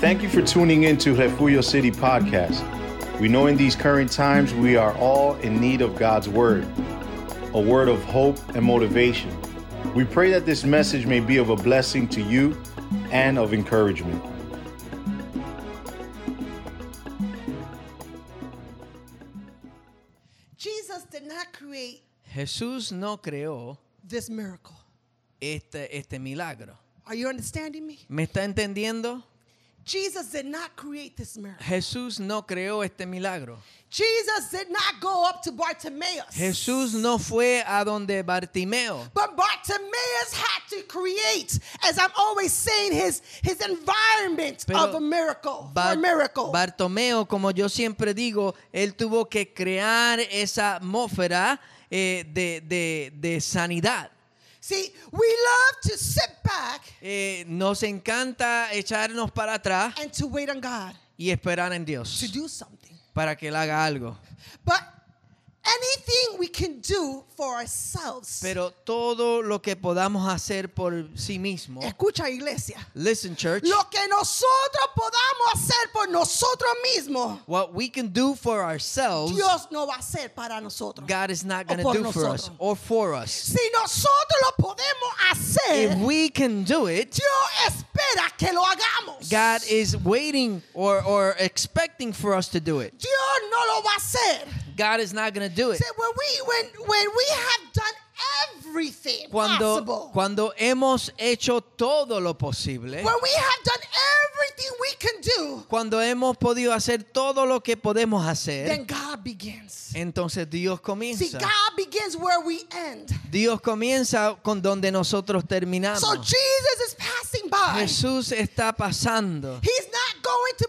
Thank you for tuning in to Refugio City Podcast. We know in these current times we are all in need of God's word, a word of hope and motivation. We pray that this message may be of a blessing to you and of encouragement. Jesus did not create Jesús no creó this miracle. este, este milagro. Are you understanding me? ¿Me está entendiendo? Jesus did not create this miracle. Jesús no creó este milagro. Jesus did not go up to Bartimaeus. Jesús no fue a donde Bartimeo. But Bartimaeus had to create, as I'm always saying, his, his environment Pero of a miracle. for a Bar- miracle. Bartomeo, como yo siempre digo, él tuvo que crear esa atmósfera eh, de, de- de sanidad. See, we love to sit back Eh, nos encanta echarnos para atrás and to wait on God y esperar en to Dios do something. para que Él haga algo. But anything we can do for ourselves. Pero todo lo que podamos hacer por sí mismo, Escucha, iglesia. listen church, Lo que nosotros podamos hacer por nosotros mismos, what we can do for ourselves, Dios no va a hacer para nosotros. God is not O going to por do for us nosotros. or for us. Si nosotros lo podemos hacer, If we can do it, Dios espera que lo hagamos. God is waiting or, or expecting for us to do it. Dios no lo va a hacer. God is not going to do it. See, when we when when we have done everything Cuando, possible, cuando hemos hecho todo lo posible, when we have done everything we can do, cuando hemos podido hacer todo lo que podemos hacer, then God begins. entonces Dios See, comienza. God begins where we end. Dios comienza con donde nosotros So terminamos. Jesus is passing by. Jesús está pasando. He's not going to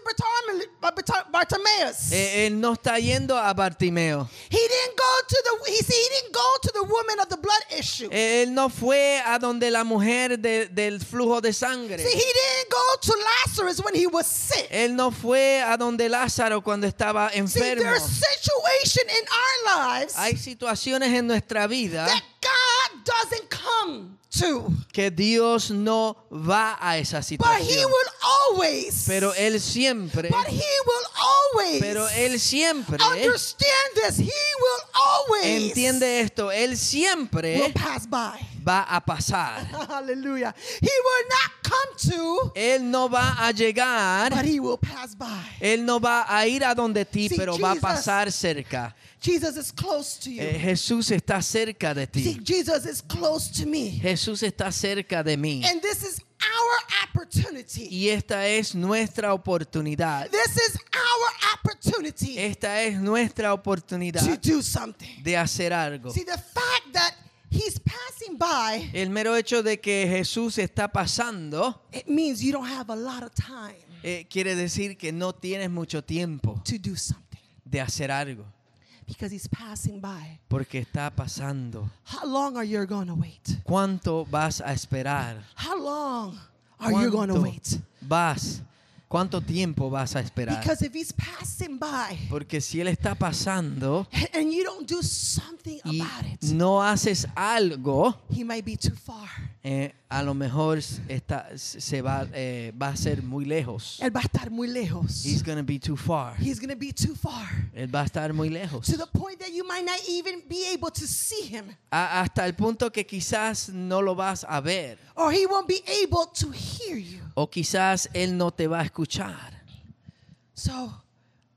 Bartim- Bartim- Bartimaeus. Eh, Él no está yendo a Bartimeo. He didn't go to the he, see, he didn't go to the woman of the blood issue. Eh, Él no fue a donde la mujer de- del flujo de sangre. See, he didn't go to Lazarus when he was sick. Él no fue a donde Lázaro cuando estaba See, enfermo. there's situation in our lives Hay situaciones en nuestra vida that God doesn't come to, que Dios no va a esa but he situación. will always. Pero Él siempre, but he will always. pero Él siempre eh. understand this. He will always. entiende eh. esto. Él Will siempre pass by. va a pasar. Hallelujah. He will not come to. Él no va a but llegar. he will pass by. Él no va a ir a donde ti, See, pero va a Jesus- pasar cerca. Jesus is close to you. Eh, Jesús está cerca de See, ti. Jesus is close to me. Jesús está cerca de mí. And this is our opportunity. Y esta es nuestra oportunidad. This is our opportunity Esta es nuestra oportunidad to do something. de hacer algo. See, the fact that he's passing by, El mero hecho de que Jesús está pasando it means you don't have a lot of time eh, quiere decir que no tienes mucho tiempo to do something de hacer algo, because he's passing by. porque está pasando. How long are you going to wait? ¿Cuánto vas a esperar? How long are you going to ¿Cuánto wait? vas? ¿Cuánto tiempo vas a esperar? Because if he's passing by Porque si él está pasando and you don't do something y about it, no haces algo, he might be too far. eh, a lo mejor está- se va, eh, va a ser muy lejos. Él va a estar muy lejos. He's gonna be too far. He's going to be too far Él va a estar muy lejos. to the point that you might not even be able to see him A- hasta el punto que quizás no lo vas a ver or he won't be able to hear you. o quizás él no te va a escuchar. So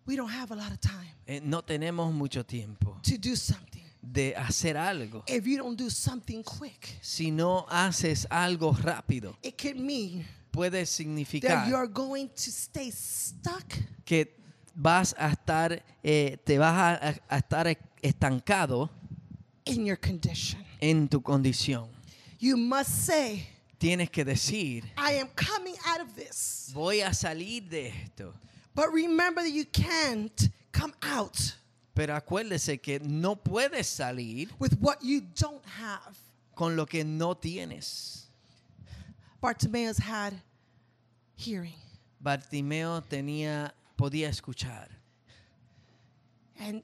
we don't have a lot of time Eh, no tenemos mucho tiempo to do something. de hacer algo. If you don't do something quick, Si no haces algo rápido, it could mean puede that significar you're going to stay stuck que vas a estar, eh, te vas a, a- a estar estancado in your condition. en tu condición. You must say, Tienes que decir, I am coming out of this. voy a salir de esto. But remember that you can't come out Pero acuérdese que no puedes salir with what you don't have. con lo que no tienes. Bartimaeus had hearing. Bartimeo tenía, podía escuchar. And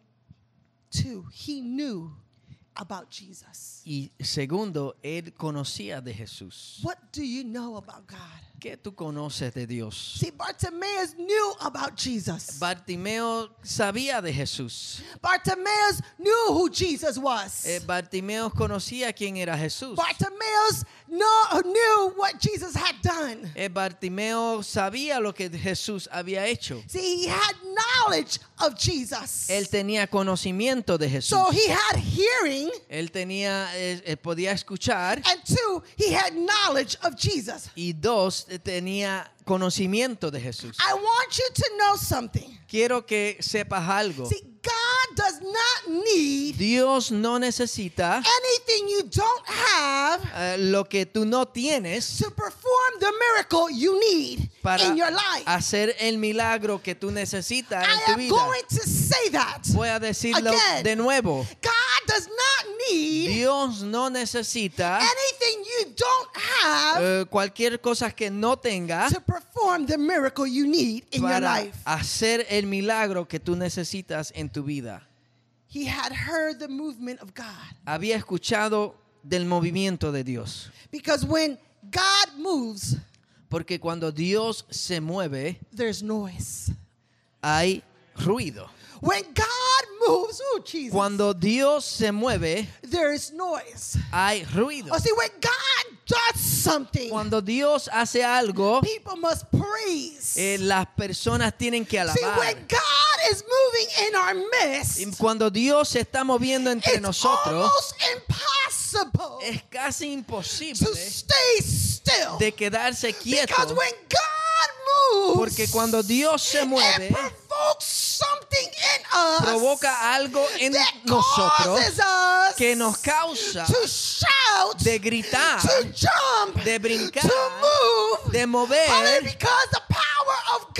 two, he knew about Jesus. Y segundo, él conocía de Jesús. What do you know about God? ¿Qué tú conoces de Dios? See, Bartimaeus knew about Jesus. Bartimeo sabía de Jesús. Bartimaeus knew who Jesus was. Eh, Bartimeo conocía quién era Jesús. Bartimaeus know, knew what Jesus had done. Eh, Bartimeo sabía lo que Jesús había hecho. See, he had knowledge of Jesus. Él tenía conocimiento de Jesús. So he had hearing, Él tenía, eh, eh, podía escuchar. and two, he had knowledge of Jesus. Y dos, eh, tenía conocimiento de Jesús. I want you to know something. Quiero que sepas algo. See, God does not need Dios no necesita anything you don't have eh, lo que tú no tienes to perform the miracle you need para in your life. hacer el milagro que tú necesitas I en tu am vida. going to say that. Voy a decirlo Again. de nuevo. God does not need Dios no necesita anything you don't have eh, cualquier cosa que no tenga to perform the miracle you need in your para life. hacer el milagro que tú necesitas en tu vida. He had heard the movement of God. Había escuchado del movimiento de Dios. Because when God moves, Porque cuando Dios se mueve, there's noise. hay ruido. When God moves, oh Jesus, Cuando Dios se mueve, there is noise. hay ruido. Oh, see, when God does something, Cuando Dios hace algo, people must praise. eh, las personas tienen que see, when alabar. God is moving in our midst, Y Cuando Dios se está moviendo entre it's nosotros, almost impossible es casi imposible to stay still. de quedarse Because quieto. when God moves, Porque cuando Dios se mueve, it provokes something in us provoca algo en that nosotros causes us que nos causa to shout, de gritar, to jump, de brincar, to move, de only mover, because the power of God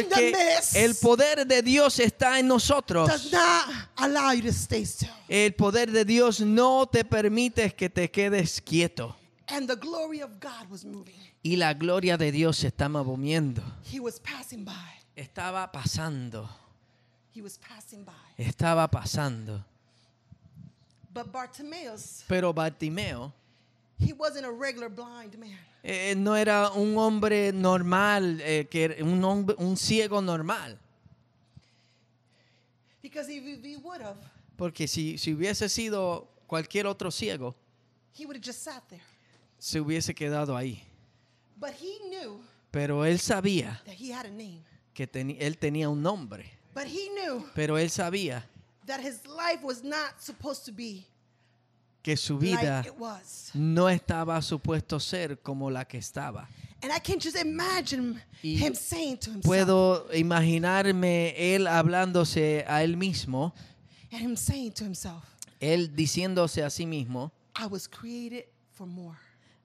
in the porque midst el poder de Dios está en nosotros. does not allow you to stay still. El poder de Dios no te permite que te quedes quieto. And the glory of God was moving. Y la gloria de Dios se está moviendo. He was passing by. Estaba pasando, He was passing by. estaba pasando. But Bartimaeus, Pero Bartimeo he wasn't a regular blind man. eh, no era un hombre normal, eh, que era un, hombre- un ciego normal. Because if he- he would have, Porque si, si hubiese sido cualquier otro ciego, he would have just sat there. se hubiese quedado ahí. But he knew Pero él sabía that he had a name. que teni- él tenía un nombre. But he knew Pero él sabía that his life was not supposed to be que su vida like it was. no estaba supuesto ser como la que estaba. And I can just imagine Y him saying to himself, Puedo imaginarme él hablándose a él mismo, and him saying to himself, él diciéndose a sí mismo, I was created for more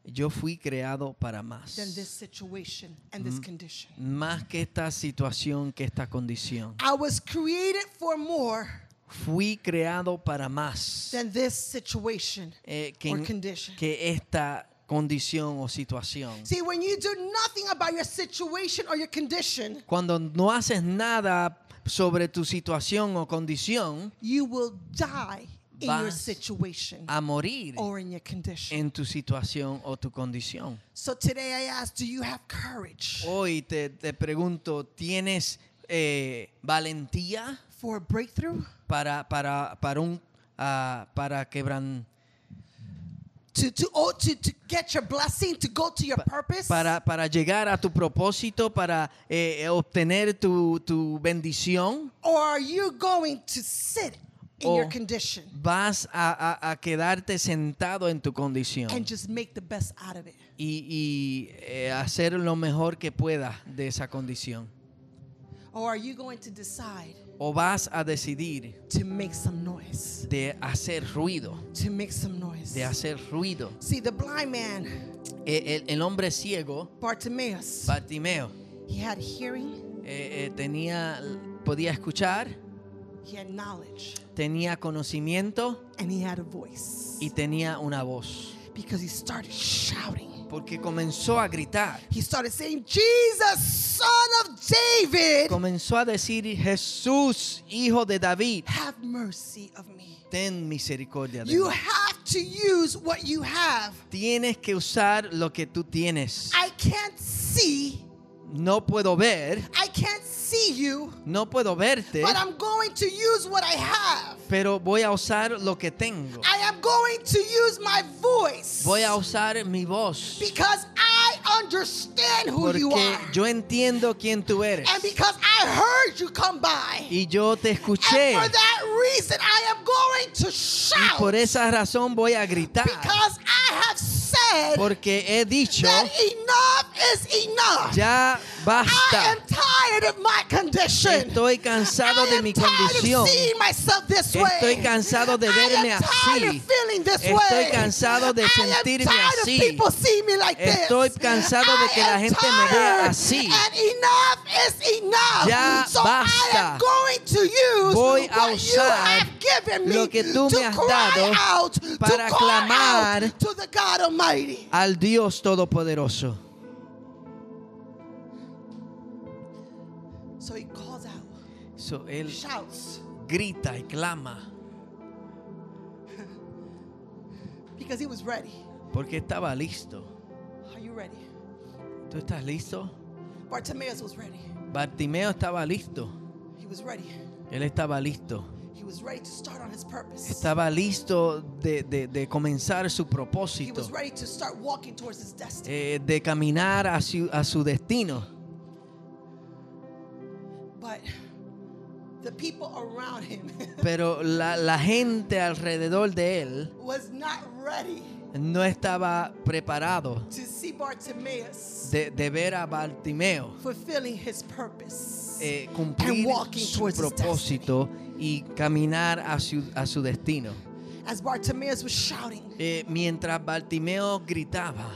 yo fui creado para than this más. situation and Mm-hmm. this condition. Más que esta situación, que esta condición. I was created for more Fui creado para más. than this situation eh, que, or en- condition. que esta condición o situación. See, when you do nothing about your situation or your condition, Cuando no haces nada sobre tu situación o condición, you will die in your Vas situation a morir or in your condition. en tu situación o tu condición. So today I ask, do you have courage Hoy te, te pregunto, ¿tienes eh, valentía for a breakthrough? para, para, para, un, ah, para quebran- To, to, oh, to, to get your blessing, to go to your purpose? Para, para llegar a tu propósito, para eh, eh, obtener tu, tu bendición? Or are you going to sit in your O- condition ¿Vas a, a- a quedarte sentado en tu condición? and just make the best out of it? y, y, eh, hacer lo mejor que puedas de esa condición. Or are you going to decide O vas a decidir to make some noise? de hacer ruido, To make some noise. de hacer ruido. See, the blind man, E- El, el hombre ciego, Bartimaeus, Bartimeo, he had hearing, eh, eh, tenía, podía escuchar, he had knowledge, tenía conocimiento and he had a voice y tenía una voz. because he started shouting. Porque comenzó a gritar, He started saying, Jesus, son of David, comenzó a decir, Jesús, hijo de David, have mercy of me. ten misericordia de You mí. have to use what you have. Tienes que usar lo que tú tienes. I can't see. No puedo ver, I can't see you, no puedo verte, but I'm going to use what I have. pero voy a usar lo que tengo. I am going to use my voice Voy a usar mi voz because I understand who you porque are. yo entiendo quién tú eres and because I heard you come by. y yo te escuché. and for that reason, I am going to shout Y por esa razón voy a gritar because I have said porque he dicho that enough is enough. ya I basta. am tired of my condition. Estoy cansado I de am mi tired of condición. seeing myself this way. Estoy cansado de I am verme tired of así. feeling this Estoy way. cansado de I am sentirme tired of así. people seeing me like this. Estoy cansado de que I la am gente me vea tired, así. And enough is enough. Ya so I am basta. going to use Voy a what you usar have given me lo que tú to me has cry dado out, para to call clamar out to the God Almighty. al Dios Todopoderoso. So he calls out, So, él shouts, grita y clama because he was ready. porque estaba listo. Are you ready? ¿Tú estás listo? Bartimaeus was ready. Bartimeo estaba listo. He was ready. Él estaba listo. He was ready to start on his purpose. Estaba listo de, de- de comenzar su He propósito, was ready to start walking towards his destiny. eh, de caminar a su, a su destino. Eh. But the people around him Pero la, la gente alrededor de él was not ready no estaba preparado to see Bartimaeus de, de ver a Bartimeo fulfilling his purpose. eh, cumplir And walking su towards his propósito y caminar a su, a su destino. As Bartimaeus was shouting, Eh, mientras Bartimeo gritaba,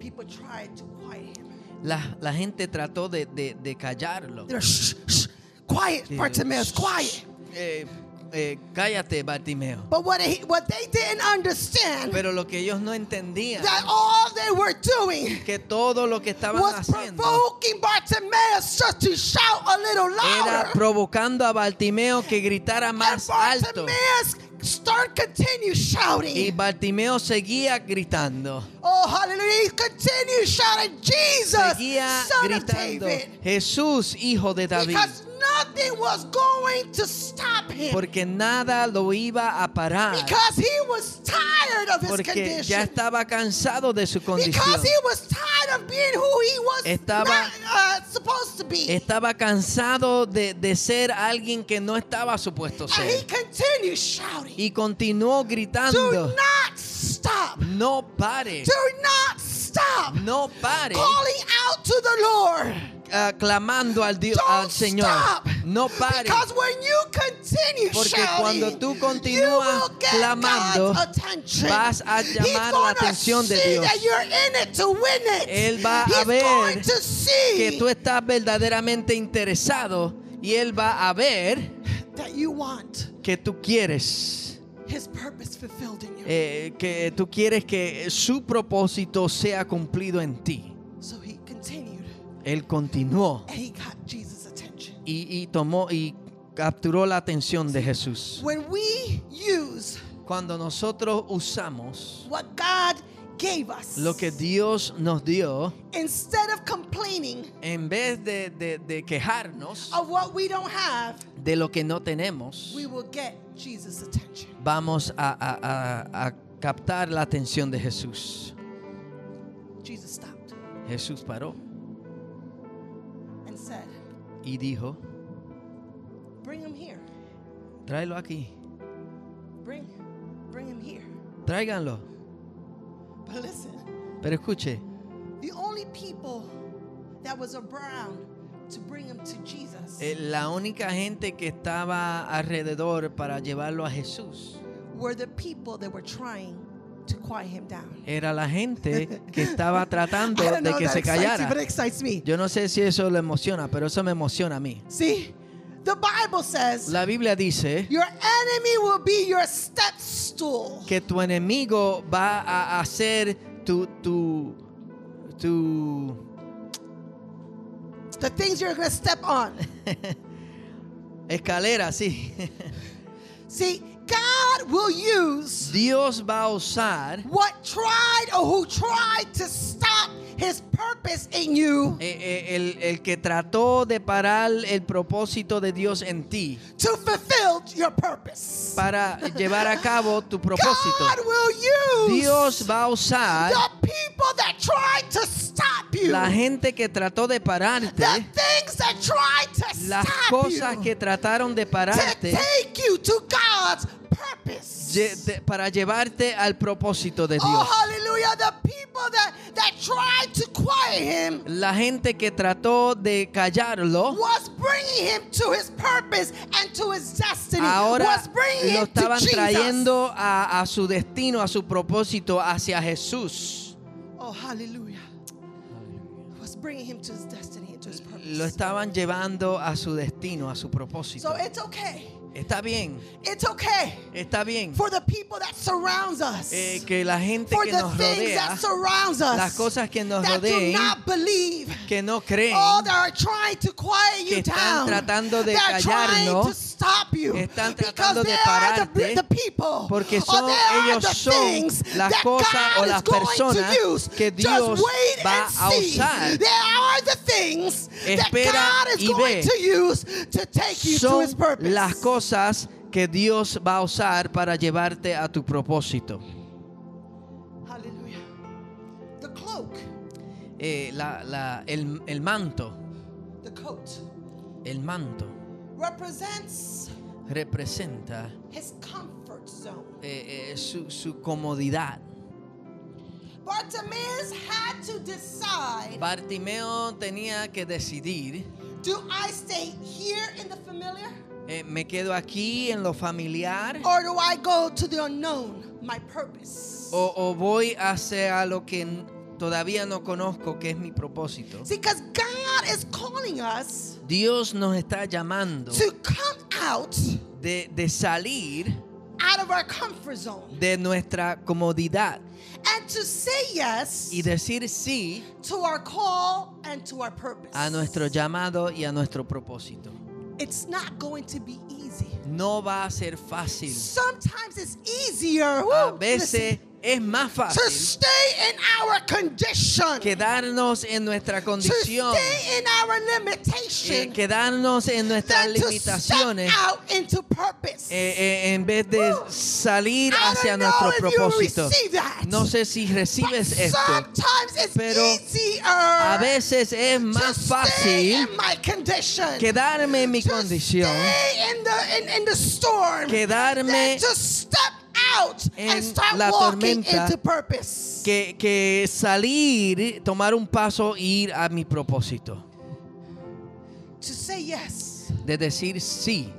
people tried to quiet him. la, la gente trató de, de- de callarlo. They're shh, shh, quiet, Eh, Bartimaeus, quiet. eh, eh, cállate, Bartimeo. But what, he, what they didn't understand Pero lo que ellos no entendían, that all they were doing que todo lo que estaban was haciendo provoking Bartimaeus just to shout a little era louder. provocando a Bartimeo que gritara And más alto. Bartimaeus start continue Y shouting. Bartimeo seguía gritando, Oh, hallelujah. He continued shouting, Jesus, seguía son of gritando, David. Jesús, hijo de David. Because nothing was going to stop him. Porque nada lo iba a parar. because he was tired of his Porque ya condition. estaba cansado de su condición. Because he was tired of being who he was Estaba- not, uh, supposed to be. Estaba cansado de, de ser alguien que no estaba supuesto and he ser. continued shouting. Y continuó Do gritando, not stop. no pare, Do not stop no pare, calling out to the Lord. ah, clamando al, Dios, Don't al Señor. stop. No pare. Because when you continue Porque shouting, cuando tú you continúas will get clamando, God's attention. vas a llamar He's la gonna atención de see Dios. That you're in it to win it. Él va a He's ver going to see Que tú estás verdaderamente interesado y Él va a ver that you want que tú quieres. His purpose fulfilled in you. eh, que tú quieres que su propósito sea cumplido en ti. so he continued Él continuó and he got Jesus' attention. y, y tomó y capturó la atención de Jesús. When we use Cuando nosotros usamos what God gave us, lo que Dios nos dio, instead of complaining en vez de, de- de quejarnos of what we don't have, de lo que no tenemos, we will get Jesus' attention. vamos a, a- a- a captar la atención de Jesús. Jesus stopped Jesús paró and said, y dijo, Bring him here. tráelo aquí, Bring, bring him here. tráiganlo. But listen, Pero escuche, the only people that was around to bring him to Jesus eh, la única gente que estaba alrededor para llevarlo a Jesús were the people that were trying to quiet him down. era la gente que estaba tratando I don't de know que if that se excites you, but it callara. excites me. Yo no sé si eso lo emociona, pero eso me emociona a mí. See, the Bible says La Biblia dice your enemy will be your step stool. que tu enemigo va a hacer tu tu tu The things you're gonna step on. escalera, sí. See, God will use Dios va a usar what tried or who tried to stop his purpose in you Eh, eh, el, el que trató de parar el propósito de Dios en ti to fulfill your purpose. para llevar a cabo tu propósito. God will use Dios va a usar the people that tried to stop you. la gente que trató de pararte, the things that tried to las stop cosas you que trataron de to pararte take you to God's purpose. lle- de- para llevarte al propósito de Oh, Dios. hallelujah. The people that, that tried to quiet him La gente que trató de callarlo, was bringing him to his purpose and to his destiny. ahora was bringing lo him to estaban Jesus. trayendo a, a su destino, a su propósito, hacia Jesús. Oh, hallelujah. Was bringing him to his destiny and to his purpose. Lo estaban llevando a su destino, a su propósito. so it's okay. Está bien, It's okay está bien. for the people that surrounds us. eh, que la gente for que the nos things that rodea, surrounds us. las cosas que nos that do rodeen, not believe. que no creen, Oh, that are trying to quiet you que están down. tratando de They're trying to callarnos, stop you. están Because tratando de they are pararte, the, the people. porque or son they are ellos the son things las that cosas God o is las going to personas use. que Dios Just wait va and a see. usar. They are the things that Espera God is y going ve. to use to take you to son His purpose. las cosas que Dios va a usar para llevarte a tu propósito. Hallelujah. The cloak, Eh, la- la- el, el manto, the coat, el manto represents representa His comfort zone. eh, eh, su, su comodidad. Bartimaeus had to decide Bartimeo tenía que decidir, do I stay here in the familiar eh, me quedo aquí en lo familiar or do I go to the unknown, my purpose? o, o voy hacia lo que n- todavía no conozco, que es mi propósito. See, because God is calling us Dios nos está llamando to come out de, de salir out of our comfort zone de nuestra comodidad and to say yes y decir sí to our call and to our purpose. a nuestro llamado y a nuestro propósito. It's not going to be easy. No va a ser fácil. Sometimes it's easier A woo, veces listen, es más to fácil stay in our condition. quedarnos en nuestra to condición, stay in our eh, limitation quedarnos en nuestras than to limitaciones, step out into purpose. eh, eh, en vez de Woo. salir I don't hacia know nuestro if you propósito. receive that. No sé si But recibes esto. sometimes it's pero easier A veces es to más stay fácil in my condition, quedarme en mi to condición, stay in the, in, in the storm, Quedarme than to step out en and start la walking tormenta into purpose. que, que salir, tomar un paso, e ir a mi propósito. to say yes De decir sí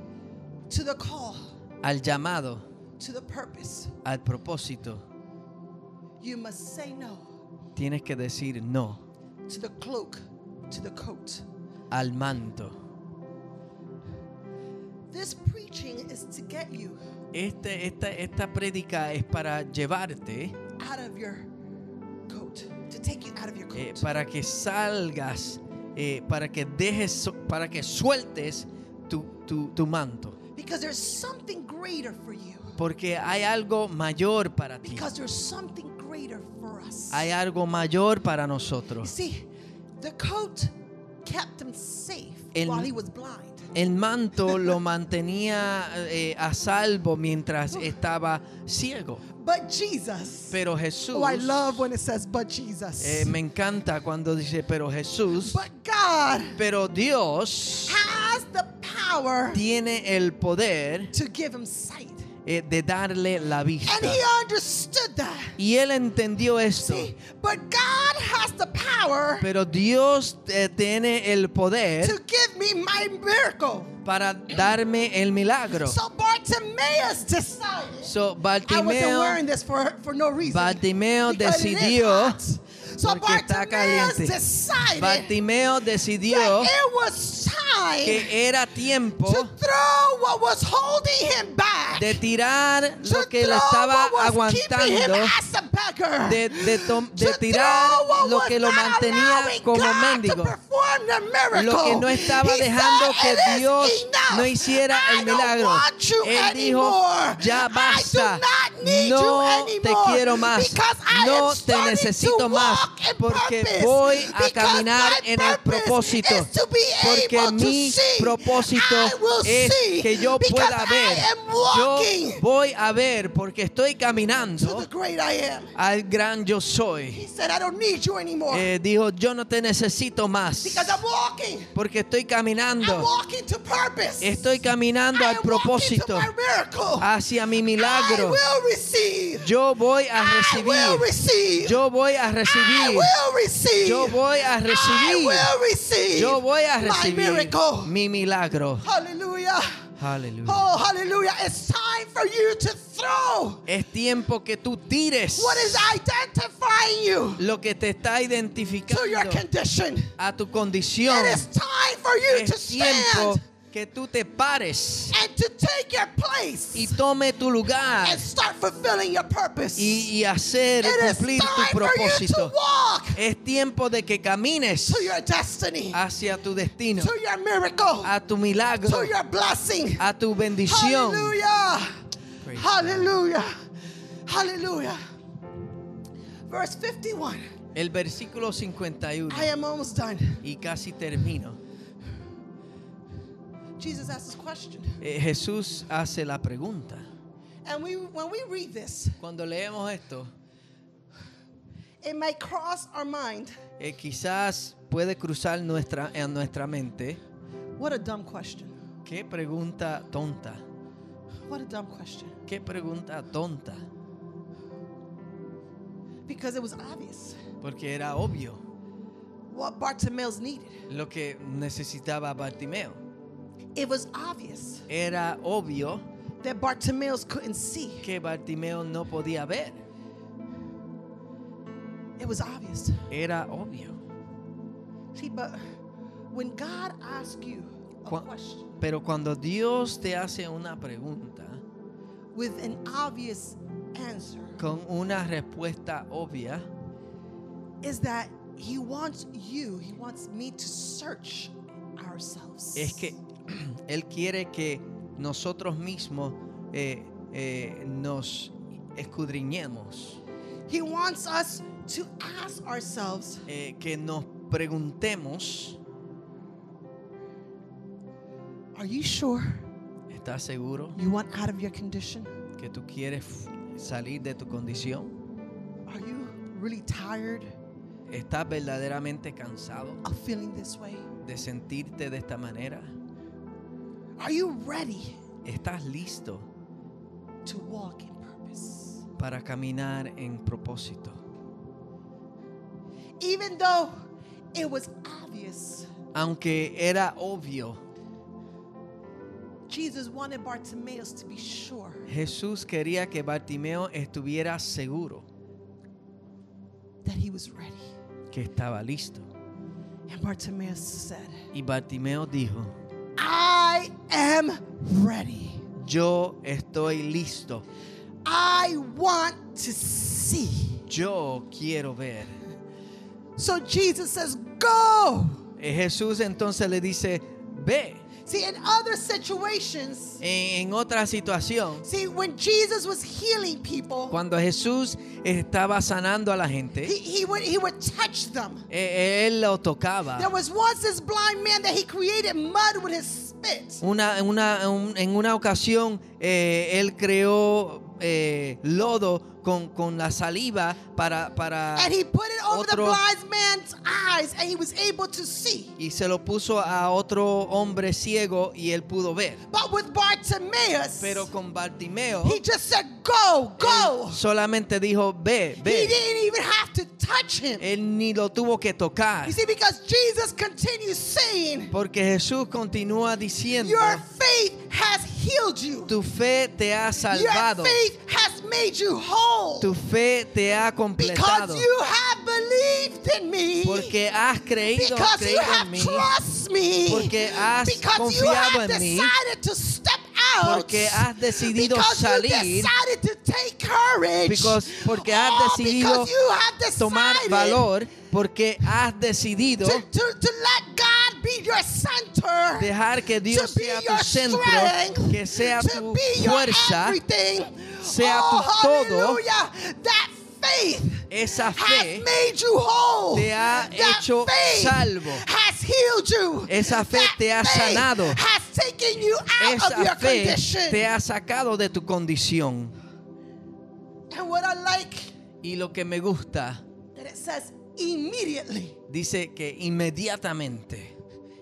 to the call, al llamado, to the purpose, al propósito, you must say no tienes que decir no to the cloak, to the coat. al manto. This preaching is to get you Este- esta, esta prédica es para llevarte, out of your coat, to take you out of your coat. eh, para que salgas, eh, para que dejes, para que sueltes tu, tu- tu manto. because there's something greater for you. Porque hay algo mayor para ti. Because there's something greater for us. Hay algo mayor para you nosotros. see, the coat kept him safe El- while he was blind. El manto lo mantenía eh, a salvo mientras estaba ciego. But Jesus. Pero Jesús, oh, I love when it says, but Jesus. eh, me encanta cuando dice, pero Jesús, But God pero Dios has the power tiene el poder to give him sight. eh, de darle la And vista. he understood that. Y él entendió esto. See, but God has the power Pero Dios eh, tiene el poder to give me my miracle. para darme el milagro. So Bartimaeus decided. So, I wasn't Bartimeo wearing this for, for no reason. Bartimeo Because it is decidió, hot. So porque está Bartimaeus caliente. decided Bartimeo that decidió it was time que era to tiempo throw what was holding him back. de tirar to lo que le throw estaba what was keeping him aguantando, as a beggar, de, de tom- de to tirar throw what lo was que lo not mantenía allowing como God mendigo, to perform the miracle. lo que no estaba He said, dejando que "It is Dios enough. no hiciera I el don't milagro. want you Él dijo, anymore. ya I do basta, not don't need you No te anymore. quiero más. Because I No am te starting to necesito más. walk in Porque purpose. voy a Because caminar my en el purpose propósito. is to be Porque able to mi see. propósito I will es see que yo because pueda I ver. am Yo walking voy a ver porque estoy to the caminando great I am. al gran yo He soy. said, I don't need you anymore Eh, dijo, yo no te necesito más because I'm walking. porque estoy I'm caminando. walking to purpose. Estoy caminando I al am propósito, walking to my miracle. hacia mi I milagro. will receive. Yo voy a I will recibir. receive. Yo voy a I recibir. will receive. Yo voy a I recibir. will receive. Yo voy a My recibir miracle. mi milagro. Hallelujah. Aleluya. Oh, hallelujah. It's time for you to throw Es tiempo que tú tires what is identifying you lo que te está to your identificando condition. a tu condición. It is time for you to Es tiempo stand que tú te pares and to take your y place tome tu lugar and start fulfilling your purpose. y, y hacer it is cumplir time tu for you to propósito. walk Es tiempo de que camines to your destiny, hacia tu destino, to your miracle, a tu milagro, to your blessing. a tu bendición. Hallelujah. Ah, Praise Hallelujah. Hallelujah. Verse 51. El versículo 51 I am almost done. y casi termino. Jesus asked this question. Eh, Jesús hace la pregunta. And we when we read this, Cuando leemos esto, it might cross our mind. eh, quizás puede cruzar nuestra, en nuestra mente. What a dumb question. Qué pregunta tonta. What a dumb question. Qué pregunta tonta. Because it was obvious Porque era obvio what Bartimaeus needed. lo que necesitaba Bartimeo. It was obvious Era obvio that Bartimaeus couldn't see. que Bartimeo no podía ver. It was obvious. Era obvio. See, but when God asks you a Cu- question Pero cuando Dios te hace una pregunta with an obvious answer, con una respuesta obvia, is that he wants you, he wants me to search ourselves. es que Él quiere que nosotros mismos eh, eh, nos escudriñemos, he wants us to ask ourselves, eh, que nos preguntemos, are you sure ¿estás seguro you want out of your condition? que tú quieres f- salir de tu condición? Are you really tired ¿Estás verdaderamente cansado of feeling this way? de sentirte de esta manera? Are you ready ¿Estás listo to walk in purpose? para caminar en propósito? Even though it was obvious, Aunque era obvio, Jesus wanted Bartimaeus to be sure Jesús quería que Bartimeo estuviera seguro that he was ready. que estaba listo. And Bartimaeus said, Y Bartimeo dijo, I am ready. yo estoy listo, I want to see. yo quiero ver. So Jesus says, Go. Eh, Jesús entonces le dice, ve. See, in other situations, En, en otra situación, see, when Jesus was healing people, cuando Jesús estaba sanando a la gente, he, he, would, he would touch them. eh, él lo tocaba. There was once this blind man that he created mud with his spit. Una, una- un- en una ocasión, eh, él creó eh, lodo con, con la saliva para... para And he put it over the Otro- blind man's eyes, and he was able to see. y se lo puso a otro hombre ciego y él pudo ver. But with Bartimaeus, Pero con Bartimeo, he just said, Go, go. solamente dijo, ve, He ve. didn't even have to touch him. Él ni lo tuvo que tocar. You see, because Jesus continues saying, Porque Jesús continúa diciendo, Your faith has healed you. tu fe te ha salvado, Your faith has made you whole. tu fe te ha completado. Because you have believed in me. Porque has creído, has because you creído en have mí, trusted me. Porque has because you confiado have en mí. decided to step out. Porque has decidido because salir. You decided to take courage. Because- porque has Oh, decidido because you have decided tomar valor, porque has decidido To, to, to let God be your center. Lord Dejar que Dios to be sea tu your centro, strength, que sea to tu be your fuerza, everything. sea oh, tu todo. Hallelujah. That faith esa fe has made you whole. te ha that hecho faith salvo. has healed you. Esa fe that te ha faith sanado. Has taken you out of your esa fe condition. te ha sacado de tu condición. And what I like Y lo que me gusta, that it says immediately. dice que inmediatamente.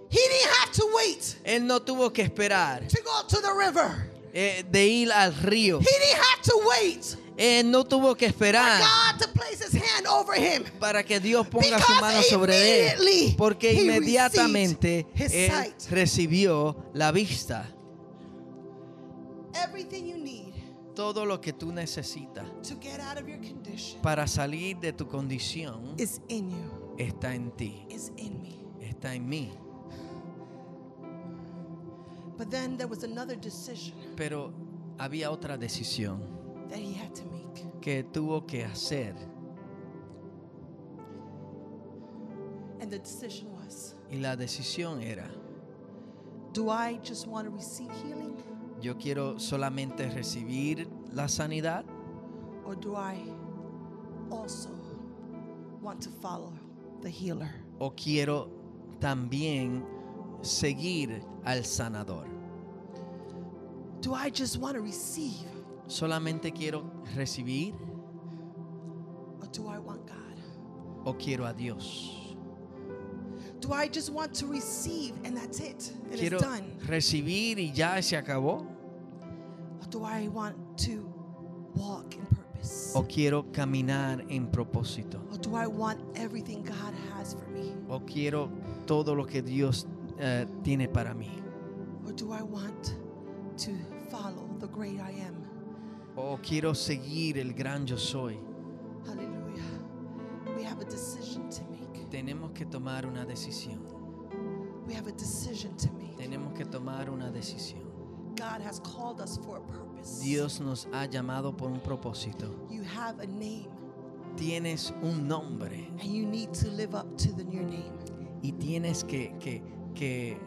He didn't have to wait Él no tuvo que esperar to go to the river. eh, de ir al río. He didn't have to wait Él no tuvo que for esperar God to place his hand over him. para que Dios ponga su Because mano sobre él. immediately Porque he inmediatamente received his él sight. recibió la vista. Everything you need Todo lo que tú necesitas to get out of your condition para salir de tu condición is in you, está en ti, is in me. está en mí. But then there was another decision Pero había otra decisión that he had to make. que tuvo que hacer. And the decision was Y la decisión era, do I just want to receive healing yo quiero solamente recibir la sanidad or do I also want to follow the healer? o quiero también seguir al sanador. Do I just want to receive Solamente quiero recibir or do I want God? o quiero a Dios. Do I just want to receive and that's it? and Quiero it's done. recibir y ya se acabó Or do I want to walk in purpose? o quiero caminar en propósito Or do I want everything God has for me? o quiero todo lo que Dios eh, tiene para mí Or do I want to follow the great I am? o quiero seguir el gran yo soy. Hallelujah. We have a decision to make. Tenemos que tomar una decisión. We have a decision to make. Tenemos que tomar una decisión. God has called us for a purpose. Dios nos ha llamado por un propósito. You have a name Tienes un nombre. and you need to live up to the new name. y tienes que, que- que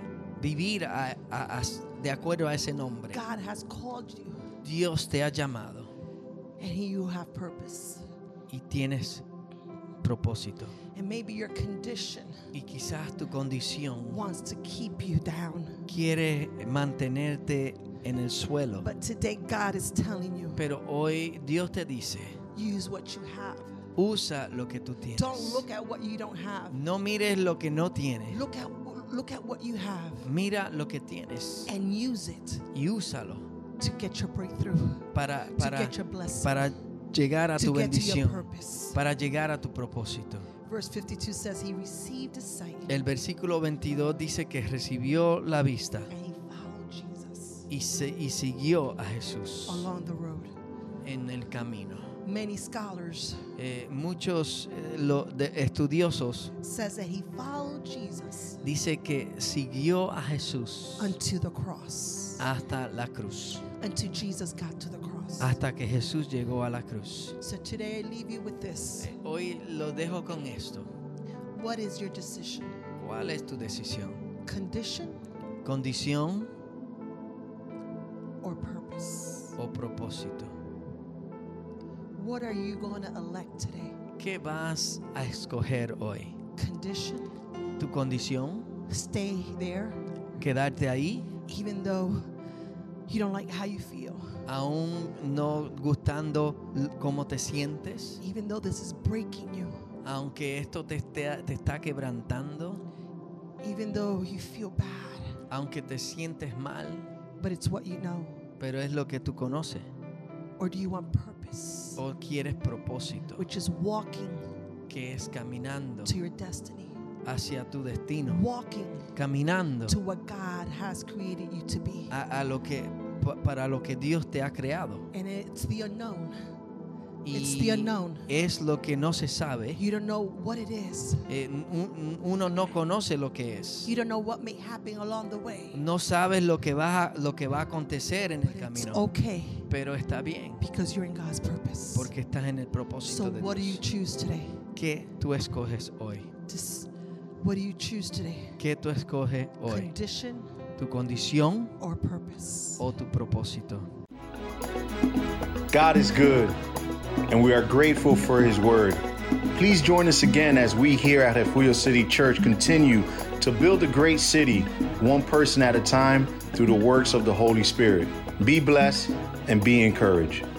vivir a- a- a- de acuerdo a ese nombre. God has called you Dios te ha llamado and he, you have purpose. y tienes propósito. And maybe your condition Y quizás tu condición wants to keep you down. quiere mantenerte en el suelo. But today God is telling you Pero hoy Dios te dice, use what you have. usa lo que tú tienes. Don't look at what you don't have. No mires lo que no tienes. Look at look at what you have Mira lo que tienes and use it y úsalo to get your breakthrough, para, to para, get your blessing, para llegar a to tu get to your bendición, purpose. para llegar a tu propósito. Verse 52 says he received his sight El versículo 22 dice que recibió la vista and he followed Jesus y, se- y siguió a Jesús along the road. en el camino. Many scholars Eh, muchos eh, lo- de- estudiosos says that he followed Jesus dice que siguió a Jesús unto the cross, hasta la cruz, until Jesus got to the cross. hasta que Jesús llegó a la cruz. So today I leave you with this. Eh, Hoy lo dejo con esto. What is your decision? ¿Cuál es tu decisión? Condition ¿Condición or purpose? o propósito? What are you going to elect today? ¿Qué vas a escoger hoy? Condition? ¿Tu condición? Stay there ¿Quedarte ahí? even though you don't like how you feel, aún no gustando l- cómo te sientes, even though this is breaking you, aunque esto te, esté- te está quebrantando, even though you feel bad, aunque te sientes mal, but it's what you know. pero es lo que tú conoces. Or do you want purpose, O quieres propósito, which is walking que es caminando to your destiny, hacia tu destino, walking caminando to what God has created you to be? a, a lo que pa- para lo que Dios te ha creado. And it's the unknown. It's Y the unknown. es lo que no se sabe. You don't know what it is. Eh, n- un- uno no conoce lo que es. You don't know what may happen along the way. No sabes lo que va a, lo que va a acontecer en But el it's camino. okay pero está bien because you're in God's purpose. porque estás en el propósito So de what do you Dios. choose today? ¿Qué tú escoges hoy? Just, what do you choose today? ¿Qué tú escoges hoy? Condition tu condición or purpose. o tu propósito. God is good, and we are grateful for His word. Please join us again as we here at Refugio City Church continue to build a great city, one person at a time, through the works of the Holy Spirit. Be blessed and be encouraged.